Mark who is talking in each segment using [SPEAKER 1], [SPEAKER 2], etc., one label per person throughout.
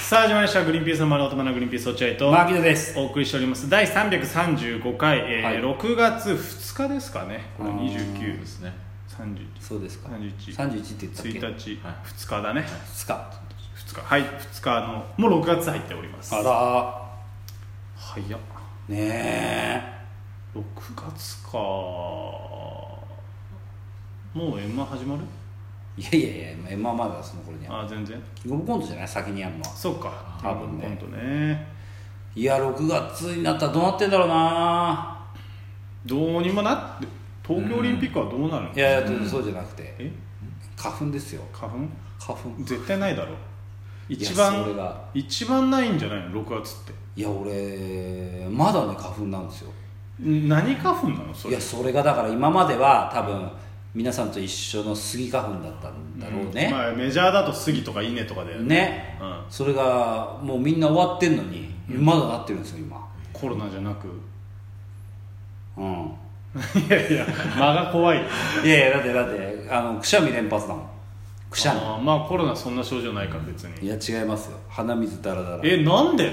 [SPEAKER 1] さあ始まりました「グリーンピースの丸乙女のグリーンピース落合」と
[SPEAKER 2] マーキドです
[SPEAKER 1] お送りしております第335回、えー
[SPEAKER 2] はい
[SPEAKER 1] 6月2日ですかねこれ
[SPEAKER 2] あー
[SPEAKER 1] 29です
[SPEAKER 3] ね
[SPEAKER 1] 31
[SPEAKER 2] そうですか
[SPEAKER 1] 31
[SPEAKER 2] 31って言ったっ
[SPEAKER 1] 1
[SPEAKER 2] け
[SPEAKER 1] 日、
[SPEAKER 3] はい
[SPEAKER 1] 2日だね、
[SPEAKER 2] 2日
[SPEAKER 1] 2日はい2日のもう6月入っております
[SPEAKER 2] あら
[SPEAKER 1] 早っ
[SPEAKER 2] ねえ
[SPEAKER 1] 6月かもう M 始まる
[SPEAKER 2] いやいやいやまあまだその頃には
[SPEAKER 1] あー全然
[SPEAKER 2] キングオブコントじゃない先にやるのは
[SPEAKER 1] そうか
[SPEAKER 2] 多分ね
[SPEAKER 1] ほんとね
[SPEAKER 2] いや6月になったらどうなってんだろうな
[SPEAKER 1] どうにもなって東京オリンピックはどうなるの、
[SPEAKER 2] いやいや、そうじゃなくて
[SPEAKER 1] え
[SPEAKER 2] 花粉ですよ
[SPEAKER 1] 花粉
[SPEAKER 2] 花粉
[SPEAKER 1] 絶対ないだろう一
[SPEAKER 2] いやそれ
[SPEAKER 1] 番
[SPEAKER 2] が
[SPEAKER 1] 一番ないんじゃないの6月って
[SPEAKER 2] いや俺まだね花粉なんですよ
[SPEAKER 1] ん何花粉なのそ
[SPEAKER 2] い
[SPEAKER 1] れ
[SPEAKER 2] やそれがだから今までは多分皆さんと一緒のスギ花粉だったんだろうね、
[SPEAKER 1] まあ、メジャーだと杉とか稲とかだよね
[SPEAKER 2] ね、
[SPEAKER 1] うん
[SPEAKER 2] それがもうみんな終わってんのに、まだなってるんですよ今
[SPEAKER 1] コロナじゃなく
[SPEAKER 2] うん
[SPEAKER 1] いやいや間が怖い
[SPEAKER 2] いやいやだってだってあのくしゃみ連発だもんくしゃ
[SPEAKER 1] あーまあコロナそんな症状ないか別
[SPEAKER 2] みい
[SPEAKER 1] に
[SPEAKER 2] や違いますよ鼻水ダラダラ
[SPEAKER 1] えなんで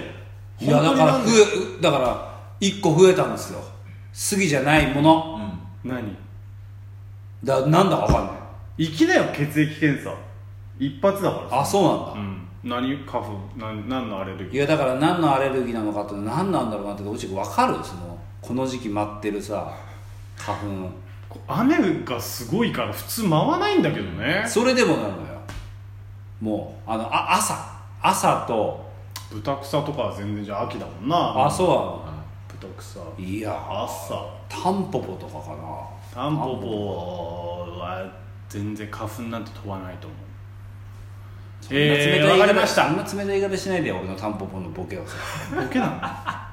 [SPEAKER 2] いやだ
[SPEAKER 1] 本当
[SPEAKER 2] か
[SPEAKER 1] に
[SPEAKER 2] ら
[SPEAKER 1] なんで
[SPEAKER 2] 増えだから1個増えたんですよ杉じゃないもの
[SPEAKER 1] 何
[SPEAKER 2] だなんだか分かんない
[SPEAKER 1] 行きなよ血液検査一発だからさ
[SPEAKER 2] あそうなん
[SPEAKER 1] う
[SPEAKER 2] だ、
[SPEAKER 1] ん何花粉何何のアレルギー
[SPEAKER 2] いやだから何のアレルギーなのかって何なんだろうなって落ち分かるそのこの時期待ってるさ花粉
[SPEAKER 1] こう雨がすごいから普通回わないんだけどね
[SPEAKER 2] それでもなのよもうあのあ朝朝と
[SPEAKER 1] 豚草とかは全然じゃあ秋だもんな
[SPEAKER 2] あそ
[SPEAKER 1] 豚草
[SPEAKER 2] うなのいや
[SPEAKER 1] 朝
[SPEAKER 2] タンポポとかかな
[SPEAKER 1] タンポポは全然花粉なんて飛ばないと思う
[SPEAKER 2] そんな
[SPEAKER 1] え
[SPEAKER 2] 冷
[SPEAKER 1] ー、
[SPEAKER 2] た
[SPEAKER 1] わ
[SPEAKER 2] い言い
[SPEAKER 1] か
[SPEAKER 2] 方
[SPEAKER 1] りまし
[SPEAKER 2] そん
[SPEAKER 1] た
[SPEAKER 2] な冷たい言い方しないでよ俺のタンポポのボケをさ
[SPEAKER 1] ボケ な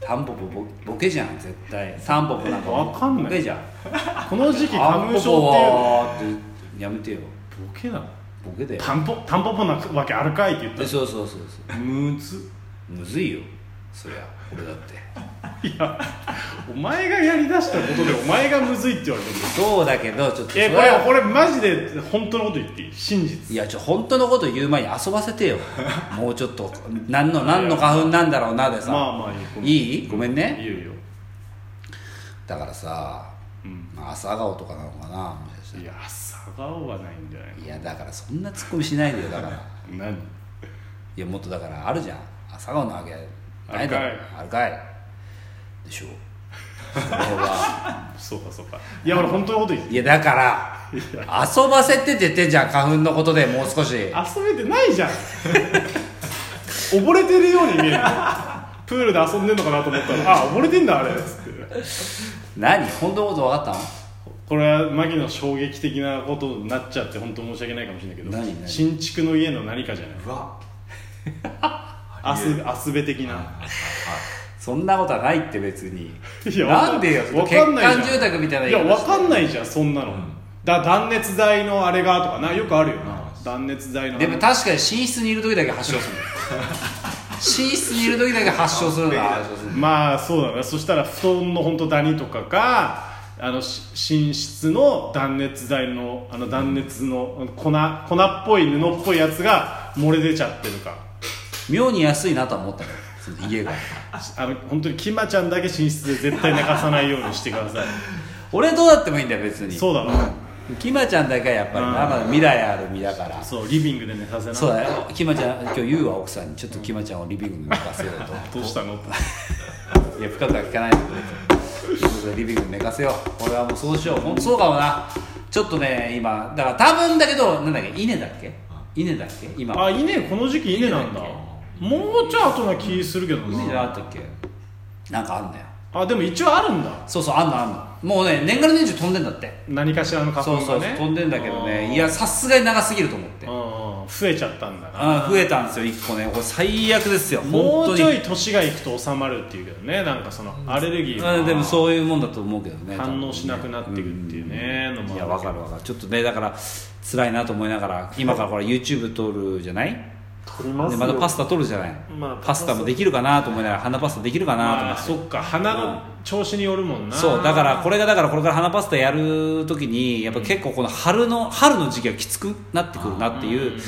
[SPEAKER 2] タンポポボボケじゃん絶対タンポポなんか
[SPEAKER 1] わかんない
[SPEAKER 2] ボケじゃん
[SPEAKER 1] のこの時期
[SPEAKER 2] タ
[SPEAKER 1] 花
[SPEAKER 2] ン
[SPEAKER 1] 粉
[SPEAKER 2] ポ
[SPEAKER 1] 症
[SPEAKER 2] ポ
[SPEAKER 1] っ
[SPEAKER 2] はってやめてよ
[SPEAKER 1] てボケなの
[SPEAKER 2] ボケだよ
[SPEAKER 1] タンポタンポポなわけあるかいって言った
[SPEAKER 2] え
[SPEAKER 1] ら
[SPEAKER 2] そうそうそうそ
[SPEAKER 1] むず
[SPEAKER 2] うむずいよそりゃ俺だって
[SPEAKER 1] いやお前がやりだしたことでお前がむずいって言われてる
[SPEAKER 2] そうだけどちょっとそ
[SPEAKER 1] え
[SPEAKER 2] れ
[SPEAKER 1] これ
[SPEAKER 2] は
[SPEAKER 1] これマジで本当のこと言っていい真実
[SPEAKER 2] いやちょ本当のこと言う前に遊ばせてよもうちょっと何の何の花粉なんだろうなでさ、
[SPEAKER 1] まあまあいいごめん
[SPEAKER 2] いいごめんね
[SPEAKER 1] いいよいいよ
[SPEAKER 2] だからさ、
[SPEAKER 1] うん
[SPEAKER 2] まあ、朝顔とかなのかなもしかした
[SPEAKER 1] いや朝顔はないんじゃない
[SPEAKER 2] らいやだからそんなツッコミしないでよだから
[SPEAKER 1] の何
[SPEAKER 2] いやもっとだからあるじゃん朝顔なわけないだろあるかいでしょそれは
[SPEAKER 1] そうかそうかいや俺本当のこと言って
[SPEAKER 2] いやだから遊ばせてって言ってんじゃん花粉のことでもう少し
[SPEAKER 1] 遊べてないじゃん溺れてるように見えるプールで遊んでんのかなと思ったらあ溺れてんだあれつって
[SPEAKER 2] 何本当のこと分かったの
[SPEAKER 1] これはマギの衝撃的なことになっちゃって本当申し訳ないかもしれないけど
[SPEAKER 2] 何何
[SPEAKER 1] 新築の家の何かじゃないう
[SPEAKER 3] わ
[SPEAKER 1] アスアスベ的な
[SPEAKER 2] そんなことはないって別に
[SPEAKER 1] いや
[SPEAKER 2] なんでよ
[SPEAKER 1] わかんないじゃん
[SPEAKER 2] 欠陥住宅みたいない
[SPEAKER 1] や
[SPEAKER 2] 言い方
[SPEAKER 1] わかんないじゃんそんなの、
[SPEAKER 3] ん
[SPEAKER 1] だ断熱材のあれがとかなよくあるよな断熱材の
[SPEAKER 2] でも確かに寝室にいる時だけ発症する寝室にいる時だけ発症するんだ発症する
[SPEAKER 1] まあそうだねそしたら布団の本当ダニとかかあのし寝室の断熱材のあの断熱の粉粉っぽい布っぽいやつが漏れ出ちゃってるか
[SPEAKER 2] 妙に安いなとは思ったのよその家が
[SPEAKER 1] あの本当にキマちゃんだけ寝室で絶対寝かさないようにしてください
[SPEAKER 2] 俺どうだってもいいんだよ別に
[SPEAKER 1] そうだろ
[SPEAKER 2] きまちゃんだけはやっぱりなまだ未来ある身だから
[SPEAKER 1] そうリビングで寝させな
[SPEAKER 2] そうだよきまちゃん今日言うわ奥さんにちょっときまちゃんをリビングに寝かせよう
[SPEAKER 1] どうしたのって
[SPEAKER 2] といや深くは聞かないでくれとリビングに寝かせよう俺はもうそうしようほんとそうかもなちょっとね今だから多分だけどなんだっけ稲だっけ稲だっけ今
[SPEAKER 1] あ稲この時期稲なんだもうちょい後な気するけど
[SPEAKER 2] 稲じゃな
[SPEAKER 1] な
[SPEAKER 2] かったっけなんかあんだよ
[SPEAKER 1] あでも一応あるんだ
[SPEAKER 2] そうそうあんのあんのもうね年がら年中飛んでんだって、
[SPEAKER 1] 何かしらの花粉
[SPEAKER 2] そう
[SPEAKER 1] がね
[SPEAKER 2] そうそう飛んでんだけど
[SPEAKER 1] あー
[SPEAKER 2] ねいやさすがに長すぎると思って
[SPEAKER 1] うんうん増えちゃったんだな
[SPEAKER 2] あ増えたんですよ1個ねこれ最悪ですよ
[SPEAKER 1] もうちょ
[SPEAKER 2] 本
[SPEAKER 1] い年がいくと収まるっていうけどねなんかそのアレルギー
[SPEAKER 2] 当にうんでも
[SPEAKER 1] う
[SPEAKER 2] そういうもんだと思うけどね
[SPEAKER 1] 反応しなくなっていくっていうねのもあるけど
[SPEAKER 2] いやわかるわかるちょっとねだから辛いなと思いながら今からほら YouTube 撮るじゃない
[SPEAKER 1] 取りま
[SPEAKER 2] でまたパスタ撮るじゃない、
[SPEAKER 1] まあ
[SPEAKER 2] パスタもできるかなと思いながら鼻パスタできるかなと思
[SPEAKER 1] ま
[SPEAKER 2] っ
[SPEAKER 1] あ
[SPEAKER 2] て
[SPEAKER 1] そっか鼻の調子によるもんな
[SPEAKER 2] そうだからこれがだからこれから花パスタやるときにやっぱ結構この春の春の時期がきつくなってくるなっていう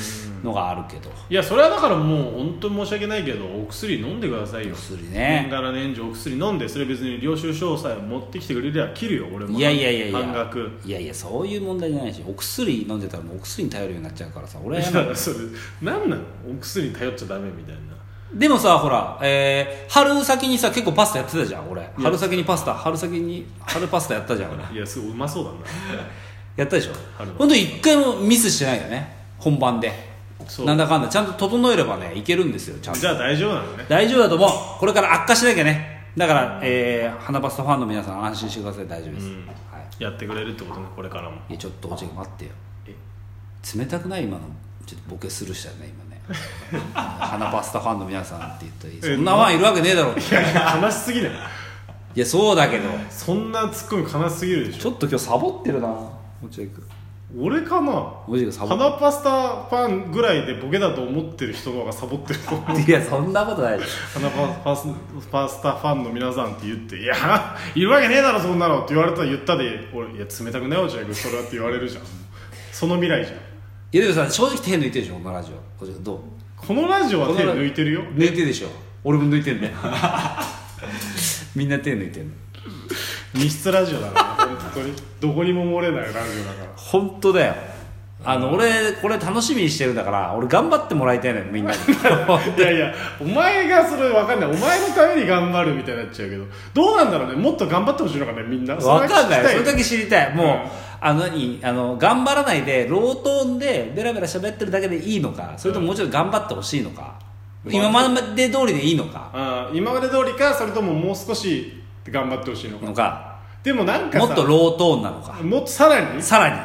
[SPEAKER 2] のがあるけど、
[SPEAKER 1] いやそれはだからもう本当に申し訳ないけどお薬飲んでくださいよ
[SPEAKER 2] 薬
[SPEAKER 1] 年
[SPEAKER 2] ね
[SPEAKER 1] がら年中お薬飲んでそれ別に領収書さえ持ってきてくれりゃ切るよ俺も
[SPEAKER 2] いやいやいやいや
[SPEAKER 1] 半額
[SPEAKER 2] いやいやそういう問題じゃないしお薬飲んでたらもうお薬に頼るようになっちゃうからさ俺
[SPEAKER 1] い
[SPEAKER 2] はやめ
[SPEAKER 1] やそれ何なのお薬に頼っちゃダメみたいな
[SPEAKER 2] でもさほら、えー春先にさ結構パスタやってたじゃん俺春先にパスタ春先に春パスタやったじ ゃん俺
[SPEAKER 1] いやすごいうまそう だ
[SPEAKER 2] やったでしょ
[SPEAKER 1] 春は
[SPEAKER 2] 本当に一回もミスしてないよね本番で
[SPEAKER 1] そう
[SPEAKER 2] なんだかんだちゃんと整えればねいけるんですよちゃん
[SPEAKER 1] な
[SPEAKER 2] と
[SPEAKER 1] じゃあ大丈夫なのね
[SPEAKER 2] 大丈夫だと思うこれから悪化しなきゃねだから、えー、花パスタファンの皆さん安心してください大丈夫です、
[SPEAKER 1] うん
[SPEAKER 2] はい、
[SPEAKER 1] やってくれるってことねこれからも
[SPEAKER 2] いやちょっとおちが待ってよ冷たくない今のちょっとボケスルーしたよね 今ね花パスタファンの皆さんって言ったりそんなファンいるわけねえだろ
[SPEAKER 1] いやいや悲しすぎない
[SPEAKER 2] いやそうだけど
[SPEAKER 1] そんなツッコミ悲しすぎるでし
[SPEAKER 2] ち
[SPEAKER 1] ょ
[SPEAKER 2] ょっと今日サボってるな落合君
[SPEAKER 1] 俺かな
[SPEAKER 2] 落合君サボっ
[SPEAKER 1] 花パスタファンぐらいでボケだと思ってる人の方がサボってると思う
[SPEAKER 2] ていやそんなことないでしょ
[SPEAKER 1] 花パスパスタファンの皆さんって言って「いやいるわけねえだろそんなの」って言われたら言ったで「俺いや冷たくないよ落合君それは」って言われるじゃんその未来じゃん
[SPEAKER 2] いやでもさ正直手抜いてるでしょこのラジオ落合君どう
[SPEAKER 1] このラジオは手抜いてるよ
[SPEAKER 2] 抜いてるでしょ俺も抜いてんねみんな手抜いてんの
[SPEAKER 1] 密室ラジオだから本当にどこにも漏れないラジオだから
[SPEAKER 2] 本当だよあの俺これ楽しみにしてるんだから俺頑張ってもらいたいのよみんな に
[SPEAKER 1] いやいやお前がそれ分かんないお前のために頑張るみたいになっちゃうけどどうなんだろうねもっと頑張ってほしいのかねみんな
[SPEAKER 2] わかんないそれだ
[SPEAKER 1] け
[SPEAKER 2] け知りたいもう、
[SPEAKER 1] うん
[SPEAKER 2] あの何あの頑張らないでロートーンでベラベラ喋ってるだけでいいのかそれとももうちょっと頑張ってほしいのか、
[SPEAKER 1] うん
[SPEAKER 2] 今まで通りでいいのか、
[SPEAKER 1] あー今まで通りかそれとももう少し頑張ってほしいのか
[SPEAKER 2] のか
[SPEAKER 1] でもなんか
[SPEAKER 2] も
[SPEAKER 1] さ
[SPEAKER 2] っとロートーンなのか
[SPEAKER 1] もっとさらに
[SPEAKER 2] さらにっ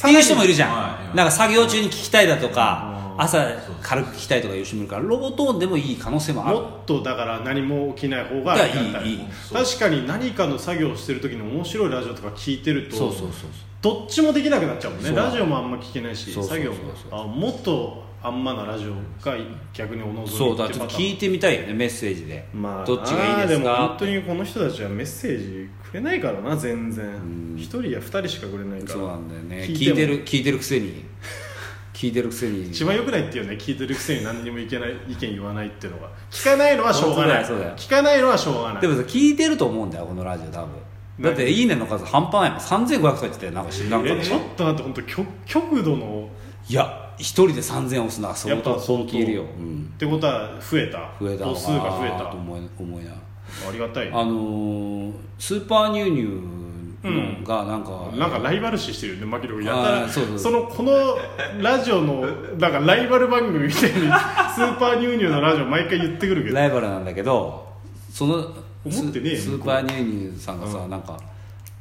[SPEAKER 2] ていう人もいるじゃん、
[SPEAKER 3] はい
[SPEAKER 2] なんか作業中に聞きたいだとか、朝軽く聞きたいとかいう人もいるからロートーンでもいい可能性もある
[SPEAKER 1] もっとだから何も起きない方が
[SPEAKER 2] いやいい
[SPEAKER 1] ありがた
[SPEAKER 2] いい
[SPEAKER 1] 確かに何かの作業をしてる時の面白いラジオとか聞いてると
[SPEAKER 2] そうそうそうそう
[SPEAKER 1] どっちもできなくなっちゃうもんね
[SPEAKER 2] そう
[SPEAKER 1] ラジオもあんま聞けないし
[SPEAKER 2] そうそう
[SPEAKER 1] 作
[SPEAKER 2] そうそ
[SPEAKER 1] 業も
[SPEAKER 2] う
[SPEAKER 1] あもっとあんまなラジオが逆におのず
[SPEAKER 2] そう
[SPEAKER 1] に
[SPEAKER 2] だ
[SPEAKER 1] っ
[SPEAKER 2] から
[SPEAKER 1] て
[SPEAKER 2] ちょっ
[SPEAKER 1] パタ
[SPEAKER 2] と
[SPEAKER 1] ーン
[SPEAKER 2] 聞いてみたいよねメッセージで、
[SPEAKER 1] まあ、
[SPEAKER 2] どっちがいいです
[SPEAKER 1] あーも
[SPEAKER 2] か
[SPEAKER 1] 本当にこの人たちはメッセージくれないからな全然一人や二人しかくれないから
[SPEAKER 2] そうなんだよ
[SPEAKER 1] 聞
[SPEAKER 2] ね聞
[SPEAKER 1] い
[SPEAKER 2] い
[SPEAKER 1] て
[SPEAKER 2] て
[SPEAKER 1] も
[SPEAKER 2] る聞いてるくせに聞いてるくせに
[SPEAKER 1] 一番よくないっていうね聞いてるくせに何にもいけない意見 言わないっていうのが聞かないのはしょうがない
[SPEAKER 2] 本当だよそうだよ
[SPEAKER 1] 聞かないのはしょうがない
[SPEAKER 2] でもさ聞いてると思うんだよこのラジオ多分だって「いいね」の数半端ないもん3500回って言ってたよなんか知らんか
[SPEAKER 1] えちょっと待って本当極極度の
[SPEAKER 2] いや一人で3000押すのは
[SPEAKER 1] や
[SPEAKER 2] 相
[SPEAKER 1] っぱ
[SPEAKER 2] 当
[SPEAKER 1] 相
[SPEAKER 2] 相
[SPEAKER 1] 当
[SPEAKER 2] 当いるよ、うん、
[SPEAKER 1] ってことは増えた
[SPEAKER 2] 増えたの
[SPEAKER 1] 歩
[SPEAKER 2] かな
[SPEAKER 1] 数が増え
[SPEAKER 2] と
[SPEAKER 1] た
[SPEAKER 2] 思い思いながら
[SPEAKER 1] ありがたい
[SPEAKER 2] あのースーパーニューニューのがなんか、
[SPEAKER 1] なんかライバル視してるよね牧野君やた
[SPEAKER 2] あ
[SPEAKER 1] ら
[SPEAKER 2] ーそうそう
[SPEAKER 1] のこのラジオのなんかライバル番組みたいにスーパーニューニューのラジオ毎回言ってくるけど
[SPEAKER 2] ライバルなんだけどその
[SPEAKER 1] 思ってねえよ
[SPEAKER 2] ススーパーニューニューさんがさ、なんか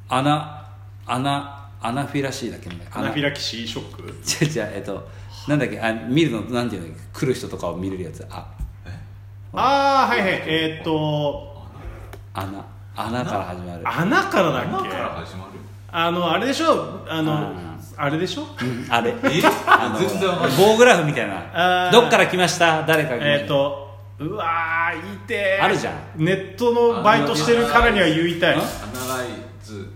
[SPEAKER 2] 穴穴アナフィラシーだっけなんだっけ
[SPEAKER 1] アナフィラキシーショック
[SPEAKER 2] 違う違うえっとなんだっけあ見るのなんていうの来る人とかを見れるやつあ
[SPEAKER 1] ああはいはいえーっと
[SPEAKER 2] 穴穴から始まる
[SPEAKER 1] 穴からだっ
[SPEAKER 3] 今
[SPEAKER 1] け
[SPEAKER 3] から始まる
[SPEAKER 1] あのあれでしょあのあれでしょ
[SPEAKER 2] うんあれあの
[SPEAKER 3] 全然わかんない
[SPEAKER 2] 棒グラフみたい
[SPEAKER 1] あー
[SPEAKER 2] などっから来ました誰か来ました
[SPEAKER 1] えーっとうわーいてー
[SPEAKER 2] あるじゃん
[SPEAKER 1] ネットのバイトしてるからには言いたい
[SPEAKER 2] あ
[SPEAKER 3] アナライズ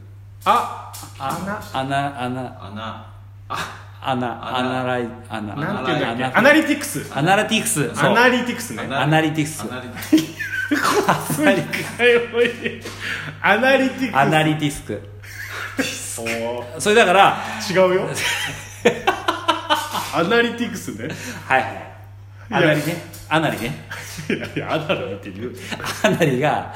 [SPEAKER 1] あ
[SPEAKER 2] あ穴穴
[SPEAKER 3] アナあ
[SPEAKER 2] 穴アナライ穴
[SPEAKER 1] なんていうんだっけ
[SPEAKER 2] 穴
[SPEAKER 1] アナリティクス
[SPEAKER 2] アナリティクスそ
[SPEAKER 1] ア
[SPEAKER 2] う
[SPEAKER 1] ナリティクス ね
[SPEAKER 2] アナリティクス
[SPEAKER 3] アナリティク
[SPEAKER 2] アナリティクス
[SPEAKER 1] アナリティクス
[SPEAKER 2] アナリティスク
[SPEAKER 1] おー
[SPEAKER 2] それだから
[SPEAKER 1] 違うよ アナリティクスね
[SPEAKER 2] はいはいアナリねアナリね
[SPEAKER 1] いやいやアナリティクス
[SPEAKER 2] アナリが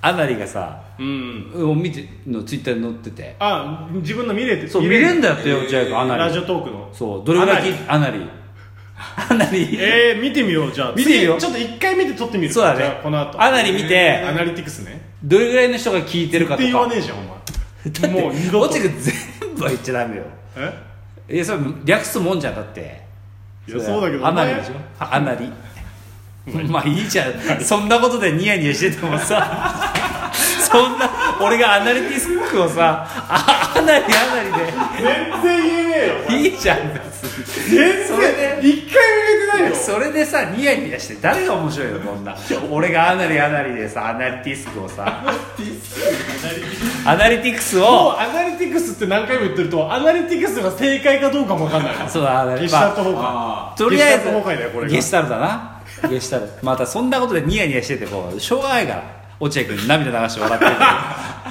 [SPEAKER 2] アナリがさ
[SPEAKER 1] うん
[SPEAKER 2] うん見てのツイッターに載ってて
[SPEAKER 1] あ自分の見れて
[SPEAKER 2] そう見れんだよって
[SPEAKER 3] え
[SPEAKER 2] よ
[SPEAKER 3] ー
[SPEAKER 2] 落合君アナ
[SPEAKER 1] ラ
[SPEAKER 2] リ
[SPEAKER 1] ジオトークの
[SPEAKER 2] そうどれぐらい聞いアナリアナリ
[SPEAKER 1] えー、見てみようじゃあ
[SPEAKER 2] 見てみよう
[SPEAKER 1] 次ちょっと一回見て撮ってみる
[SPEAKER 2] そうだね
[SPEAKER 1] じゃあこの後
[SPEAKER 2] アナリ見て
[SPEAKER 1] アナリティクスね
[SPEAKER 2] どれぐらいの人が聞いてる
[SPEAKER 1] っ
[SPEAKER 2] か
[SPEAKER 1] て
[SPEAKER 2] と
[SPEAKER 1] 言わね
[SPEAKER 2] か
[SPEAKER 1] えじゃんお前もう二度と
[SPEAKER 2] 落合君全部は言っちゃダメよ
[SPEAKER 1] え
[SPEAKER 2] いやそれ略すもんじゃんだって
[SPEAKER 1] いやそうだけど
[SPEAKER 2] アナ
[SPEAKER 1] お
[SPEAKER 2] リ
[SPEAKER 1] 前
[SPEAKER 2] でしょあアナリ まあいいじゃんそんなことでニヤニヤしててもさ そんな俺がアナリティスクをさあアナリア
[SPEAKER 1] 全然言えねえよ
[SPEAKER 2] ナリでいいじゃん別に
[SPEAKER 1] 全
[SPEAKER 2] それで
[SPEAKER 1] 然一回も言えてないよ
[SPEAKER 2] それでさニヤニヤして誰が面白いのこんな俺がアナリアナリでさアナリティスクをさアナリティクス
[SPEAKER 1] も
[SPEAKER 2] を
[SPEAKER 1] うアナリティクスって何回も言ってるとアナリティクスが正解かどうかも分かんない
[SPEAKER 2] そうだアナリ
[SPEAKER 1] ゲシュタルト崩壊
[SPEAKER 3] あ
[SPEAKER 2] とりあ
[SPEAKER 1] ゲ
[SPEAKER 2] えず
[SPEAKER 1] シュタルト崩壊だよこれが
[SPEAKER 2] ゲシュタルだなゲシュタルまたそんなことでニヤニヤしててもうしょうがないから落合君涙流して笑ってるけど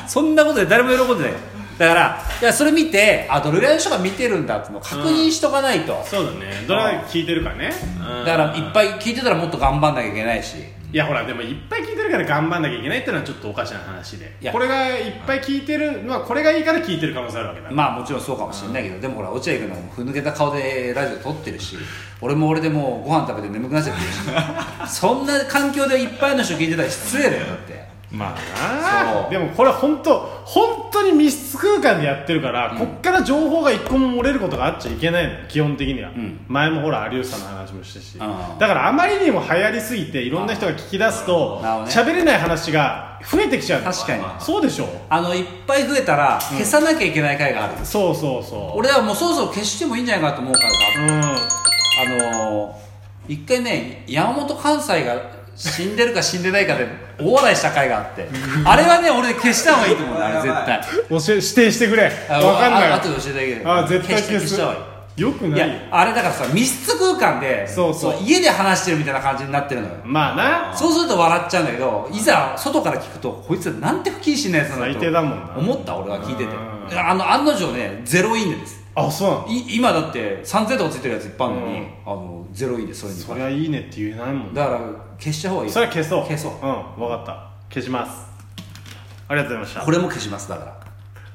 [SPEAKER 2] そんなことで誰も喜んでないよだからいやそれ見てあどれぐらいの人が見てるんだってのを確認しとかないと、
[SPEAKER 1] そうだねどれだけ聞いてるかねうん
[SPEAKER 2] だからいっぱい聞いてたらもっと頑張んなきゃいけないし
[SPEAKER 1] いやほらでもいっぱい聞いてるから頑張んなきゃいけないってのはちょっとおかしな話で
[SPEAKER 2] いや
[SPEAKER 1] これがいっぱい聞いてるまあこれがいいから聞いてる可能性あるわけだ
[SPEAKER 2] まあもちろんそうかもしれないけど、でもほら落合君のふぬけた顔でラジオ撮ってるし俺も俺でもうご飯食べて眠くなっちゃってるしそんな環境でいっぱいの人聞いてたら失礼だよだって
[SPEAKER 1] ま
[SPEAKER 2] あそう
[SPEAKER 1] でもこれは本当本当に密室空間でやってるから、こっから情報が一個も漏れることがあっちゃいけないの基本的には、
[SPEAKER 2] ん
[SPEAKER 1] 前もほら有吉さんの話もしたしだ
[SPEAKER 2] ああ
[SPEAKER 1] からあまりにも流行りすぎていろんな人が聞き出すと
[SPEAKER 2] なるほどね
[SPEAKER 1] 喋、れない話が増えてきちゃうの
[SPEAKER 2] 確かに
[SPEAKER 1] そうでしょ
[SPEAKER 2] あのいっぱい増えたら消さなきゃいけない回がある、
[SPEAKER 1] そうそうそう
[SPEAKER 2] 俺はもうそろそろ消してもいいんじゃないかと思うからさ
[SPEAKER 1] うん
[SPEAKER 2] あのー、一回ね山本関西が死んでるか死んでないかで大笑いした回があってあれはね俺消した方がいいと 思うんだあれ絶対
[SPEAKER 1] 教え指定してくれ
[SPEAKER 2] あ
[SPEAKER 1] わかんない
[SPEAKER 2] ああとで教えてあげる
[SPEAKER 1] ああ絶対消
[SPEAKER 2] 消し
[SPEAKER 1] す
[SPEAKER 2] た消した方がいい
[SPEAKER 1] よく
[SPEAKER 2] い
[SPEAKER 1] ないよ
[SPEAKER 2] やあれだからさ密室空間で
[SPEAKER 1] そうそう
[SPEAKER 2] 家で話してるみたいな感じになってるのよ
[SPEAKER 1] まあな
[SPEAKER 2] そうすると笑っちゃうんだけどいざ外から聞くとこいつなんて不謹慎なやつなんだと
[SPEAKER 1] 最低だもんな
[SPEAKER 2] 思った俺は聞いて
[SPEAKER 1] う
[SPEAKER 2] てあの案の定ねゼロインでです
[SPEAKER 1] あそうなの
[SPEAKER 2] い今だって3000とかついてるやついっぱいあるのに、
[SPEAKER 1] うん
[SPEAKER 2] あのゼロインでそれに
[SPEAKER 1] そりゃいいねって言えないもん
[SPEAKER 2] だから消した方がいい
[SPEAKER 1] それは消そう
[SPEAKER 2] 消そう
[SPEAKER 1] 分
[SPEAKER 2] ん
[SPEAKER 1] かった消しますありがとうございました
[SPEAKER 2] これも消しますだか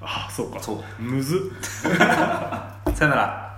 [SPEAKER 1] あそうから
[SPEAKER 2] そ
[SPEAKER 1] むずっ
[SPEAKER 2] うさよなら